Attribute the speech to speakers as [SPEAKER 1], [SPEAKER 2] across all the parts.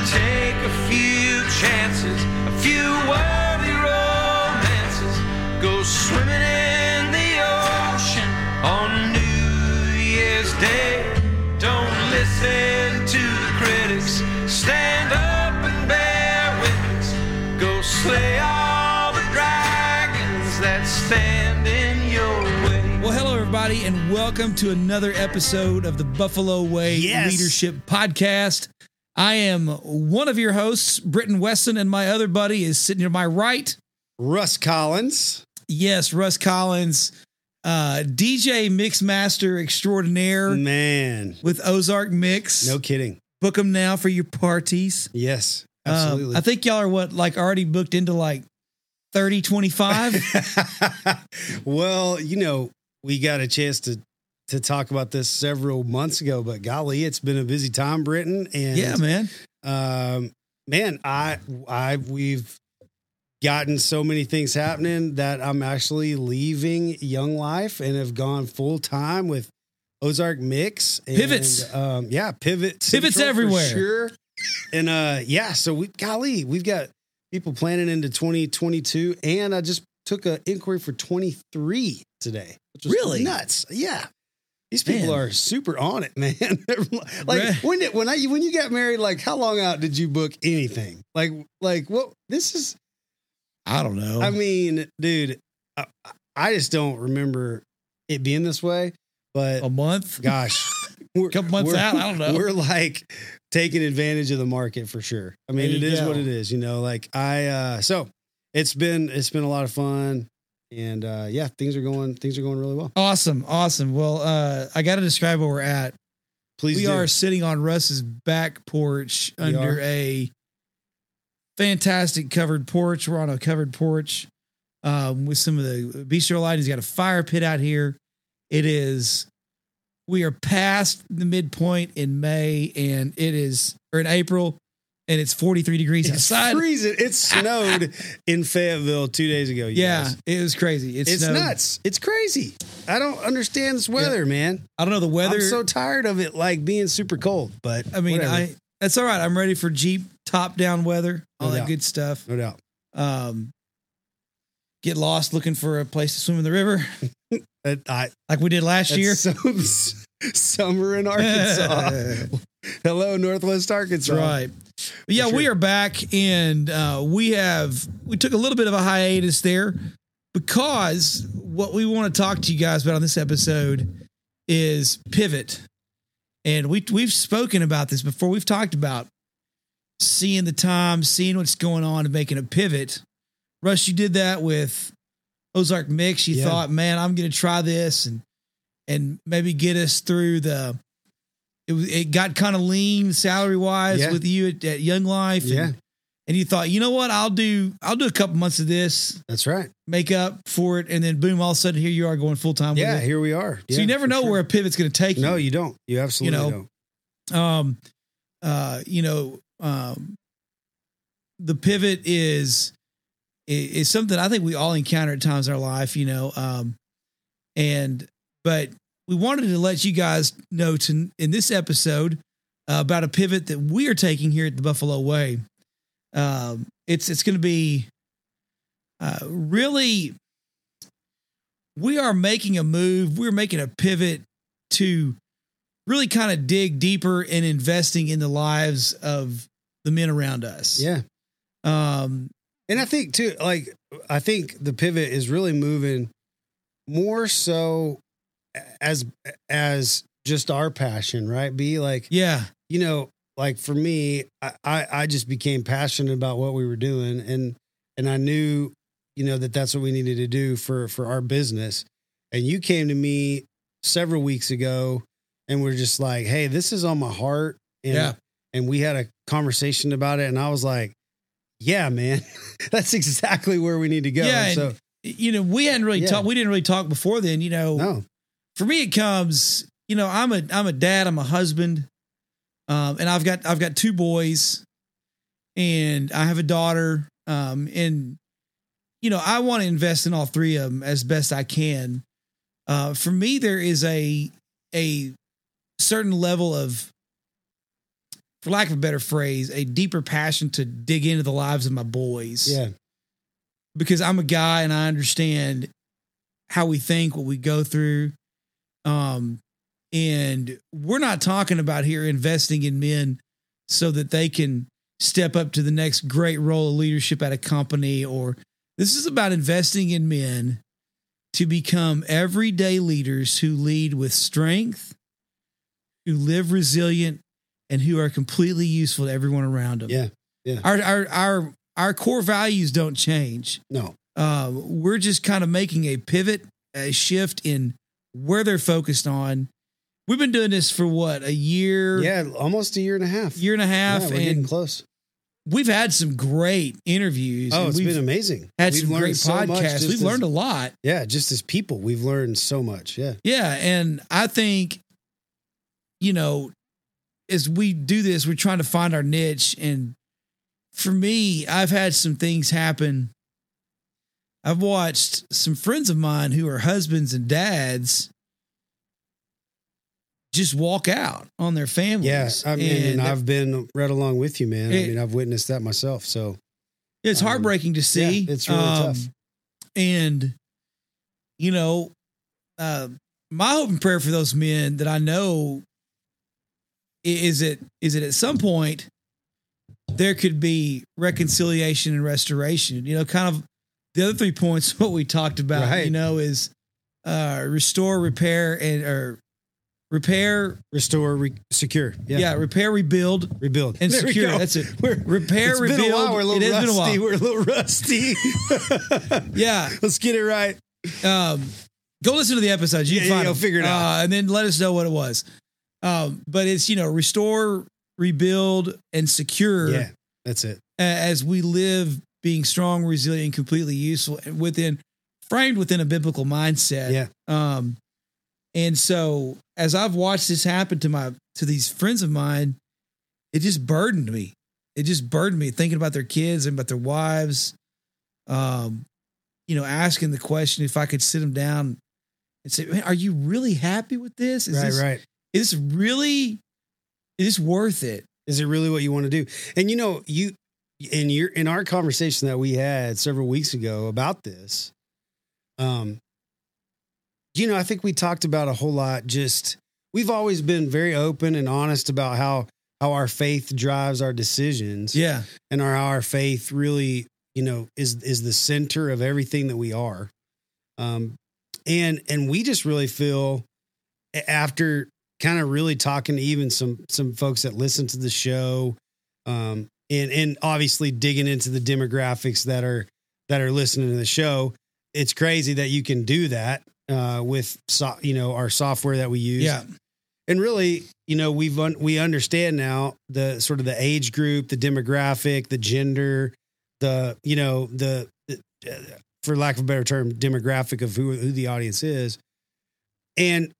[SPEAKER 1] a few chances, a few worthy romances. Go swimming in the ocean on New Year's Day. Don't listen to the critics. Stand up and bear witness. Go slay all the dragons that stand in your way.
[SPEAKER 2] Well, hello, everybody, and welcome to another episode of the Buffalo Way
[SPEAKER 3] Yes.
[SPEAKER 2] Leadership Podcast. I am one of your hosts, Britton Weston, and my other buddy is sitting to my right.
[SPEAKER 3] Russ Collins.
[SPEAKER 2] Yes, Russ Collins, uh, DJ Mixmaster Extraordinaire
[SPEAKER 3] Mm. Man,
[SPEAKER 2] with Ozark Mix.
[SPEAKER 3] no kidding.
[SPEAKER 2] Book them now for your parties.
[SPEAKER 3] Yes,
[SPEAKER 2] Um,
[SPEAKER 3] absolutely.
[SPEAKER 2] I think y'all are what, like already booked into like 30, 25?
[SPEAKER 3] well, you know, we got a chance to to talk about this several months ago, but golly, it's been a busy time, Britain. And
[SPEAKER 2] yeah, man.
[SPEAKER 3] um, man, I I we've gotten so many things happening that I'm actually leaving Young Life and have gone full time with Ozark Mix. And,
[SPEAKER 2] Pivots.
[SPEAKER 3] um, yeah, pivots,
[SPEAKER 2] Pivots
[SPEAKER 3] Central for
[SPEAKER 2] everywhere.
[SPEAKER 3] sure. And uh, yeah, so we golly, we've got people planning into 2022, and I just took an inquiry for 23 today. Which was
[SPEAKER 2] Really?
[SPEAKER 3] nuts? Yeah. These people
[SPEAKER 2] Man.
[SPEAKER 3] are super on it, man. They're like
[SPEAKER 2] Right.
[SPEAKER 3] when did, when I when you got married, like how long out did you book anything? Like like what this is?
[SPEAKER 2] I don't know.
[SPEAKER 3] I mean, dude, I, I just don't remember it being this way. But
[SPEAKER 2] a month?
[SPEAKER 3] gosh, we're,
[SPEAKER 2] Oh. Couple months
[SPEAKER 3] we're-
[SPEAKER 2] out, I don't know.
[SPEAKER 3] We're like taking advantage of the market for sure. I mean,
[SPEAKER 2] There
[SPEAKER 3] it
[SPEAKER 2] you
[SPEAKER 3] is
[SPEAKER 2] go.
[SPEAKER 3] what it is, you know. Like I, uh so it's been it's been a lot of fun, and uh yeah, things are going things are going really well.
[SPEAKER 2] Awesome, awesome. Well, uh, I got to describe where we're at.
[SPEAKER 3] Please,
[SPEAKER 2] we
[SPEAKER 3] do.
[SPEAKER 2] are sitting on Russ's back porch
[SPEAKER 3] We
[SPEAKER 2] under
[SPEAKER 3] are.
[SPEAKER 2] a fantastic covered porch. We're on a covered porch um, with some of the bistro lighting. He's got a fire pit out here. It is. We are past the midpoint in May, and it is or in April, and it's 43 degrees
[SPEAKER 3] It's
[SPEAKER 2] outside.
[SPEAKER 3] freezing. It snowed in Fayetteville two days ago. you
[SPEAKER 2] Yeah,
[SPEAKER 3] guys.
[SPEAKER 2] it was crazy. It's,
[SPEAKER 3] it's
[SPEAKER 2] snowed.
[SPEAKER 3] nuts. It's crazy. I don't understand this weather, man.
[SPEAKER 2] I don't know the weather.
[SPEAKER 3] I'm so tired of it, like being super cold. But
[SPEAKER 2] I mean,
[SPEAKER 3] whatever.
[SPEAKER 2] I that's all right. I'm ready for Jeep top down weather, all
[SPEAKER 3] No
[SPEAKER 2] that
[SPEAKER 3] doubt.
[SPEAKER 2] good stuff.
[SPEAKER 3] no doubt
[SPEAKER 2] Um, get lost looking for a place to swim in the river,
[SPEAKER 3] that I
[SPEAKER 2] like we did last
[SPEAKER 3] that's
[SPEAKER 2] year.
[SPEAKER 3] some summer in Arkansas. Hello, Northwest
[SPEAKER 2] That's
[SPEAKER 3] Arkansas.
[SPEAKER 2] right. But yeah,
[SPEAKER 3] For
[SPEAKER 2] we
[SPEAKER 3] sure.
[SPEAKER 2] are back, and uh, we have we took a little bit of a hiatus there because what we want to talk to you guys about on this episode is pivot, and we we've spoken about this before. We've talked about seeing the time, seeing what's going on, and making a pivot. Russ, you did that with Ozark Mix. You
[SPEAKER 3] Yeah.
[SPEAKER 2] thought, man, I'm going to try this and and maybe get us through the. It, was- it got kind of lean salary wise
[SPEAKER 3] Yeah.
[SPEAKER 2] with you at, at Young Life, and-
[SPEAKER 3] Yeah.
[SPEAKER 2] and you thought, you know what, I'll do, I'll do a couple months of this,
[SPEAKER 3] That's right.
[SPEAKER 2] make up for it, and then boom, all of a sudden here you are going full time.
[SPEAKER 3] Yeah,
[SPEAKER 2] with it.
[SPEAKER 3] here we are.
[SPEAKER 2] so
[SPEAKER 3] Yeah,
[SPEAKER 2] you never
[SPEAKER 3] for
[SPEAKER 2] know
[SPEAKER 3] sure.
[SPEAKER 2] where a pivot's going to take you
[SPEAKER 3] No, you don't. You absolutely
[SPEAKER 2] know,
[SPEAKER 3] don't.
[SPEAKER 2] um uh you know um the pivot is i- is something i think we all encounter at times in our life you know um and but we wanted to let you guys know to, in this episode uh, about a pivot that we are taking here at the buffalo way um it's it's going to be uh really we are making a move we're making a pivot to really kind of dig deeper in investing in the lives of the men around us.
[SPEAKER 3] Yeah.
[SPEAKER 2] Um,
[SPEAKER 3] And I think too, like I think the pivot is really moving more so as as just our passion, right? Be like,
[SPEAKER 2] yeah.
[SPEAKER 3] you know, like for me, I, I I just became passionate about what we were doing, and and I knew, you know, that that's what we needed to do for for our business. And you came to me several weeks ago, and we're just like, hey, this is on my heart, and
[SPEAKER 2] Yeah.
[SPEAKER 3] and we had a conversation about it, and I was like, yeah, man, that's exactly where we need to go.
[SPEAKER 2] Yeah,
[SPEAKER 3] And so
[SPEAKER 2] You know, we hadn't really
[SPEAKER 3] Yeah.
[SPEAKER 2] talked, we didn't really talk before then, you know,
[SPEAKER 3] no,
[SPEAKER 2] for me, it comes, you know, I'm a, I'm a dad, I'm a husband. Um, and I've got, I've got two boys and I have a daughter. Um, and you know, I want to invest in all three of them as best I can. Uh, for me, there is a, a certain level of for lack of a better phrase, a deeper passion to dig into the lives of my boys.
[SPEAKER 3] Yeah.
[SPEAKER 2] Because I'm a guy and I understand how we think, what we go through. Um, and we're not talking about here investing in men so that they can step up to the next great role of leadership at a company or this is about investing in men to become everyday leaders who lead with strength, who live resilient, and who are completely useful to everyone around them.
[SPEAKER 3] Yeah, yeah.
[SPEAKER 2] Our our our our core values don't change.
[SPEAKER 3] No.
[SPEAKER 2] Uh, we're just kind of making a pivot, a shift in where they're focused on. We've been doing this for what a year,
[SPEAKER 3] Yeah, almost a year and a half.
[SPEAKER 2] year and a half,
[SPEAKER 3] yeah, we're getting
[SPEAKER 2] and
[SPEAKER 3] close.
[SPEAKER 2] we've had some great interviews.
[SPEAKER 3] Oh,
[SPEAKER 2] and
[SPEAKER 3] it's
[SPEAKER 2] we've
[SPEAKER 3] been amazing.
[SPEAKER 2] had
[SPEAKER 3] We've
[SPEAKER 2] some
[SPEAKER 3] learned
[SPEAKER 2] great
[SPEAKER 3] so much
[SPEAKER 2] podcasts.
[SPEAKER 3] just
[SPEAKER 2] We've
[SPEAKER 3] as-
[SPEAKER 2] learned a lot.
[SPEAKER 3] Yeah, just as people, we've learned so much. Yeah.
[SPEAKER 2] Yeah, and I think, you know, as we do this, we're trying to find our niche. And for me, I've had some things happen. I've watched some friends of mine who are husbands and dads just walk out on their families.
[SPEAKER 3] Yeah. I mean, and,
[SPEAKER 2] And
[SPEAKER 3] I've been right along with you, man. I
[SPEAKER 2] It-
[SPEAKER 3] mean, I've witnessed that myself. So
[SPEAKER 2] it's
[SPEAKER 3] um,
[SPEAKER 2] heartbreaking to see. um,
[SPEAKER 3] yeah, it's really tough.
[SPEAKER 2] And you know, uh, my hope and prayer for those men that I know i- is it is it at some point there could be reconciliation and restoration. You know, kind of the other three points what we talked about.
[SPEAKER 3] Right.
[SPEAKER 2] You know, is uh, restore, repair, and or repair.
[SPEAKER 3] restore, re- secure.
[SPEAKER 2] Yeah.
[SPEAKER 3] Yeah.
[SPEAKER 2] repair, rebuild,
[SPEAKER 3] Rebuild.
[SPEAKER 2] and
[SPEAKER 3] There we
[SPEAKER 2] secure.
[SPEAKER 3] go.
[SPEAKER 2] That's it.
[SPEAKER 3] We're,
[SPEAKER 2] Repair,
[SPEAKER 3] it's
[SPEAKER 2] rebuild.
[SPEAKER 3] been a while. We're a little
[SPEAKER 2] it has been a
[SPEAKER 3] rusty.
[SPEAKER 2] while.
[SPEAKER 3] We're a little rusty.
[SPEAKER 2] Yeah.
[SPEAKER 3] Let's get it right.
[SPEAKER 2] um, go listen to the episodes. You
[SPEAKER 3] Yeah,
[SPEAKER 2] can
[SPEAKER 3] yeah,
[SPEAKER 2] find
[SPEAKER 3] yeah,
[SPEAKER 2] them.
[SPEAKER 3] figure it out.
[SPEAKER 2] Uh, and then let us know what it was. Um, but it's you know restore, rebuild, and secure
[SPEAKER 3] Yeah. That's it.
[SPEAKER 2] a- as we live being strong, resilient, and completely useful and within framed within a biblical mindset.
[SPEAKER 3] Yeah.
[SPEAKER 2] Um, and so as I've watched this happen to my to these friends of mine, it just burdened me. It just burdened me thinking about their kids and about their wives. Um, you know, asking the question if I could sit them down and say, Man, "Are you really happy with this? Is
[SPEAKER 3] right.
[SPEAKER 2] this
[SPEAKER 3] right.
[SPEAKER 2] is this really is this worth it?"
[SPEAKER 3] Is it really what you want to do? And you know, you in your in our conversation that we had several weeks ago about this, um, you know, I think we talked about a whole lot. Just we've always been very open and honest about how how our faith drives our decisions,
[SPEAKER 2] Yeah,
[SPEAKER 3] and our how our faith really, you know, is is the center of everything that we are. Um, and and we just really feel a- after kind of really talking to even some some folks that listen to the show um and and obviously digging into the demographics that are that are listening to the show it's crazy that you can do that uh with so, you know our software that we use
[SPEAKER 2] yeah,
[SPEAKER 3] and really you know we've un- we understand now the sort of the age group the demographic the gender the you know the, the uh, for lack of a better term demographic of who who the audience is and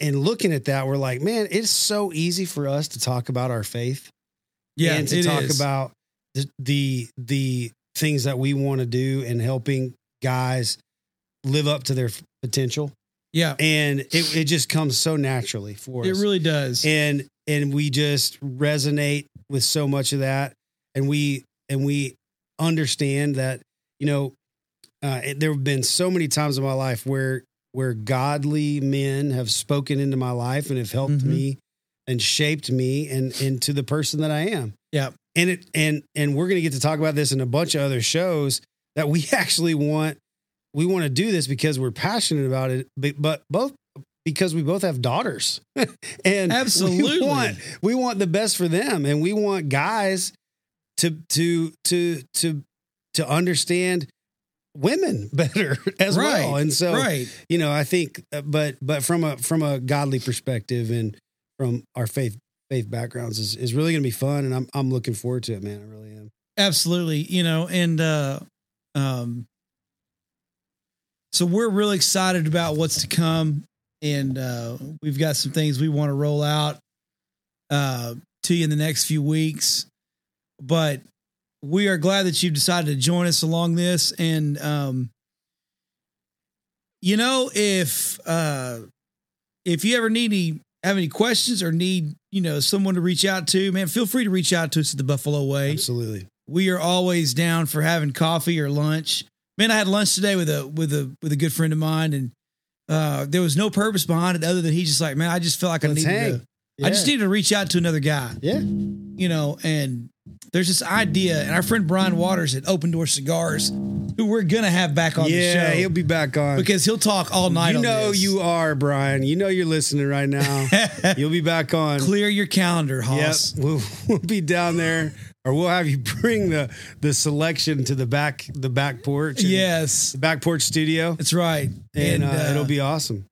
[SPEAKER 3] and looking at that we're like man it's so easy for us to talk about our faith
[SPEAKER 2] yeah.
[SPEAKER 3] and to
[SPEAKER 2] it
[SPEAKER 3] talk
[SPEAKER 2] is.
[SPEAKER 3] about the, the the things that we want to do and helping guys live up to their f- potential
[SPEAKER 2] yeah.
[SPEAKER 3] and it, it just comes so naturally for us
[SPEAKER 2] It really does.
[SPEAKER 3] and and we just resonate with so much of that and we and we understand that you know uh, it- there have been so many times in my life where where godly men have spoken into my life and have helped
[SPEAKER 2] Mhm.
[SPEAKER 3] me and shaped me and into the person that I am.
[SPEAKER 2] Yeah.
[SPEAKER 3] And it and and we're going to get to talk about this in a bunch of other shows that we actually want we want to do this because we're passionate about it but, but both because we both have daughters. and we
[SPEAKER 2] Absolutely.
[SPEAKER 3] want we want the best for them and we want guys to to to to to understand women better as well
[SPEAKER 2] Right,
[SPEAKER 3] and so
[SPEAKER 2] right.
[SPEAKER 3] you know i think uh, but but from a from a godly perspective and from our faith faith backgrounds is, is really going to be fun and i'm i'm looking forward to it man i really am
[SPEAKER 2] Absolutely. You know, and uh um so we're really excited about what's to come and uh we've got some things we want to roll out uh to you in the next few weeks. But we are glad that you've decided to join us along this and um you know if uh if you ever need any have any questions or need, you know, someone to reach out to, man, feel free to reach out to us at the Buffalo Way.
[SPEAKER 3] Absolutely.
[SPEAKER 2] We are always down for having coffee or lunch. Man, I had lunch today with a with a with a good friend of mine and uh there was no purpose behind it other than he's just like, man, I just felt like I
[SPEAKER 3] Let's
[SPEAKER 2] needed
[SPEAKER 3] hang.
[SPEAKER 2] to I just
[SPEAKER 3] Yeah.
[SPEAKER 2] needed to reach out to another guy
[SPEAKER 3] Yeah.
[SPEAKER 2] you know, and there's this idea, and our friend Brian Waters at Open Door Cigars, who we're gonna have back on
[SPEAKER 3] yeah,
[SPEAKER 2] the
[SPEAKER 3] he'll
[SPEAKER 2] show
[SPEAKER 3] be back on.
[SPEAKER 2] because he'll talk all night.
[SPEAKER 3] you
[SPEAKER 2] on
[SPEAKER 3] know
[SPEAKER 2] this.
[SPEAKER 3] you are, Brian. You know you're listening right now. You'll be back on.
[SPEAKER 2] clear your calendar,
[SPEAKER 3] Yep.
[SPEAKER 2] Hoss.
[SPEAKER 3] We'll, we'll be down there or we'll have you bring the the selection to the back the back porch. and-
[SPEAKER 2] Yes,
[SPEAKER 3] The back porch studio.
[SPEAKER 2] that's right.
[SPEAKER 3] And, uh, it'll be awesome.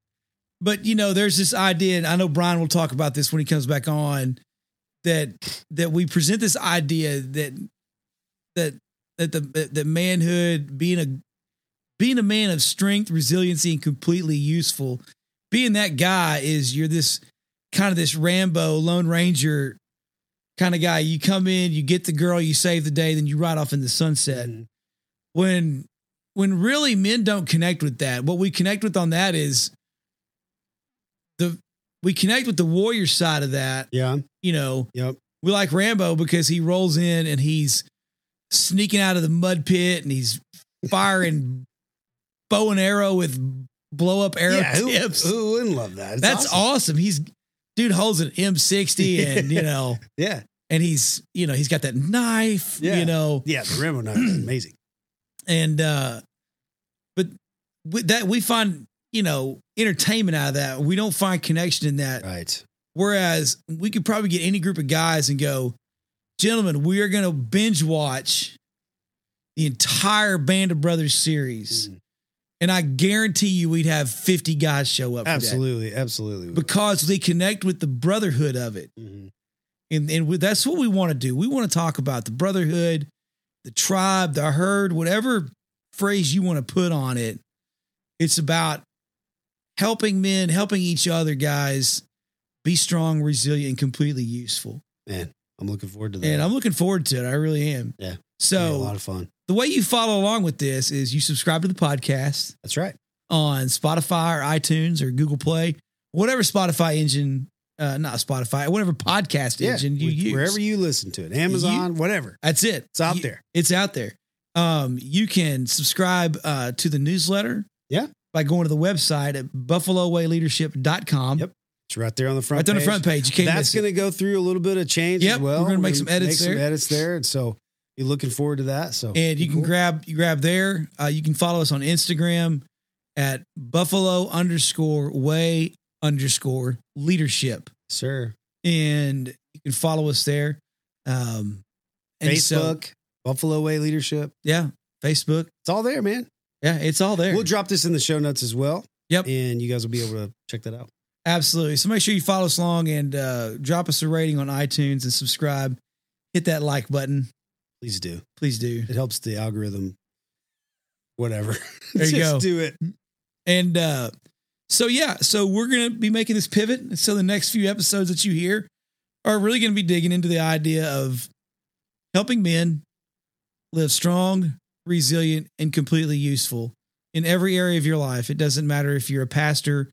[SPEAKER 2] but you know, there's this idea, and I know Brian will talk about this when he comes back on. That that we present this idea that that that the that- that manhood being a being a man of strength, resiliency, and completely useful, being that guy is you're this kind of this Rambo Lone Ranger kind of guy. You come in, you get the girl, you save the day, then you ride off in the sunset.
[SPEAKER 3] Mhm.
[SPEAKER 2] When when really men don't connect with that. What we connect with on that is the we connect with the warrior side of that,
[SPEAKER 3] Yeah.
[SPEAKER 2] you know,
[SPEAKER 3] Yep.
[SPEAKER 2] we like Rambo because he rolls in and he's sneaking out of the mud pit and he's firing bow and arrow with blow up arrow
[SPEAKER 3] Yeah, who,
[SPEAKER 2] tips.
[SPEAKER 3] who wouldn't love that? It's
[SPEAKER 2] That's
[SPEAKER 3] awesome.
[SPEAKER 2] awesome. He's dude holds an M60 and you know,
[SPEAKER 3] Yeah.
[SPEAKER 2] and he's you know he's got that knife,
[SPEAKER 3] Yeah.
[SPEAKER 2] you know,
[SPEAKER 3] Yeah. The Rambo knife is amazing.
[SPEAKER 2] and uh, but with that we find you know entertainment out of that. We don't find connection in that.
[SPEAKER 3] Right.
[SPEAKER 2] Whereas we could probably get any group of guys and go, gentlemen, we are going to binge watch the entire Band of Brothers series.
[SPEAKER 3] Mhm.
[SPEAKER 2] And I guarantee you we'd have 50 guys show up. for that.
[SPEAKER 3] Absolutely. Absolutely.
[SPEAKER 2] Because they connect with the brotherhood of it.
[SPEAKER 3] Mhm.
[SPEAKER 2] And, and we, that's what we want to do. We want to talk about the brotherhood, the tribe, the herd, whatever phrase you want to put on it. It's about helping men, helping each other, guys, be strong, resilient, and completely useful.
[SPEAKER 3] I'm looking forward to that.
[SPEAKER 2] And I'm looking forward to it. I really am.
[SPEAKER 3] Yeah. It'll be a
[SPEAKER 2] So
[SPEAKER 3] lot of fun.
[SPEAKER 2] the way you follow along with this is you subscribe to the podcast
[SPEAKER 3] That's right.
[SPEAKER 2] on Spotify or iTunes or Google Play, whatever Spotify engine, uh, not Spotify, whatever podcast engine you
[SPEAKER 3] Wh-
[SPEAKER 2] use.
[SPEAKER 3] Wherever you listen to it, Amazon, whatever.
[SPEAKER 2] That's it.
[SPEAKER 3] It's out
[SPEAKER 2] You-
[SPEAKER 3] there.
[SPEAKER 2] It's out there. Um, you can subscribe uh, to the newsletter.
[SPEAKER 3] Yeah.
[SPEAKER 2] By going to the website at buffalowayleadership.com.
[SPEAKER 3] Yep. It's right there on the front
[SPEAKER 2] Right on the
[SPEAKER 3] page.
[SPEAKER 2] front page. You can't miss
[SPEAKER 3] That's going to go through a little bit of change
[SPEAKER 2] Yep,
[SPEAKER 3] as well.
[SPEAKER 2] we're gonna make some edits
[SPEAKER 3] make
[SPEAKER 2] there.
[SPEAKER 3] Some edits there, and so you're looking forward to that. So
[SPEAKER 2] it. And you can
[SPEAKER 3] Cool.
[SPEAKER 2] grab you grab there. Uh, you can follow us on Instagram at buffalo underscore way underscore leadership.
[SPEAKER 3] sir,
[SPEAKER 2] And you can follow us there. Um and so-
[SPEAKER 3] Facebook, Buffalo Way Leadership,
[SPEAKER 2] yeah. Facebook.
[SPEAKER 3] it's all there, man.
[SPEAKER 2] Yeah, it's all there.
[SPEAKER 3] We'll drop this in the show notes as well.
[SPEAKER 2] Yep.
[SPEAKER 3] and you guys will be able to check that out.
[SPEAKER 2] Absolutely. So make sure you follow us along and uh, drop us a rating on iTunes and subscribe. Hit that like button.
[SPEAKER 3] Please do.
[SPEAKER 2] Please do.
[SPEAKER 3] It helps the algorithm. Whatever.
[SPEAKER 2] There you
[SPEAKER 3] Just
[SPEAKER 2] go.
[SPEAKER 3] do it.
[SPEAKER 2] And uh, so, yeah, so we're going to be making this pivot. And So the next few episodes that you hear are really going to be digging into the idea of helping men live strong, resilient, and completely useful in every area of your life. It doesn't matter if you're a pastor,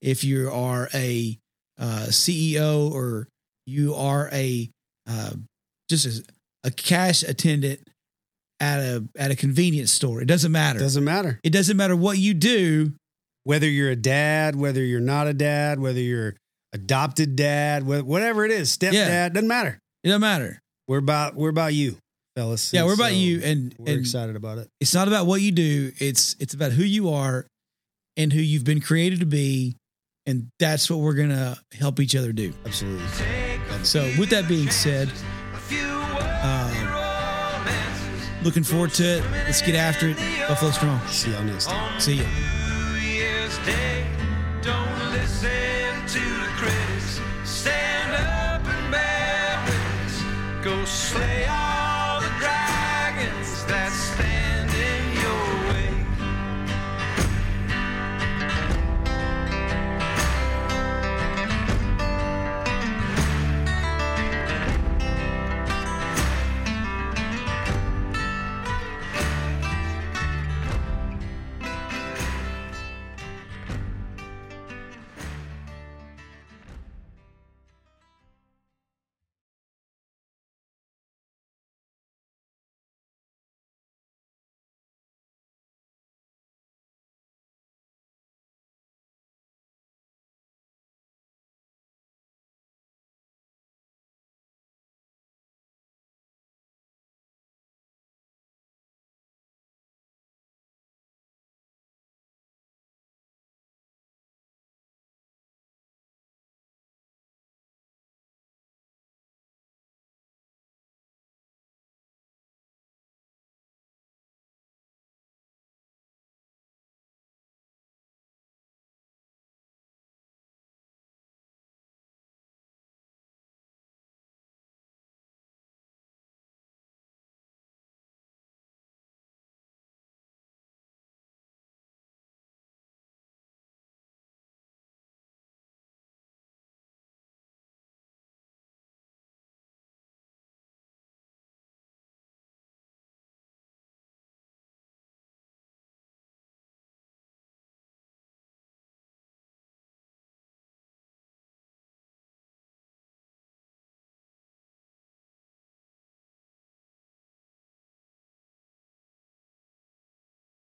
[SPEAKER 2] if you are a uh, CEO, or you are a uh, just a, a cash attendant at a at a convenience store. It doesn't matter.
[SPEAKER 3] Doesn't matter
[SPEAKER 2] it doesn't matter what you do.
[SPEAKER 3] whether you're a dad, whether you're not a dad, whether you're adopted dad, wh- whatever it is, stepdad,
[SPEAKER 2] Yeah.
[SPEAKER 3] doesn't matter.
[SPEAKER 2] It doesn't matter.
[SPEAKER 3] We're about we're about you, fellas.
[SPEAKER 2] yeah,
[SPEAKER 3] And
[SPEAKER 2] we're about
[SPEAKER 3] so
[SPEAKER 2] you, and,
[SPEAKER 3] um, We're
[SPEAKER 2] and
[SPEAKER 3] excited about it.
[SPEAKER 2] it's not about what you do. It's it's about who you are, and who you've been created to be, and that's what we're gonna help each other do.
[SPEAKER 3] Absolutely.
[SPEAKER 2] So, with that being said, um, looking forward to it. Let's get after it. Buffalo strong.
[SPEAKER 3] See y'all next time.
[SPEAKER 2] See ya.
[SPEAKER 1] New Year's Day. Don't listen to the critics. Stand up and bear witness. Go slay our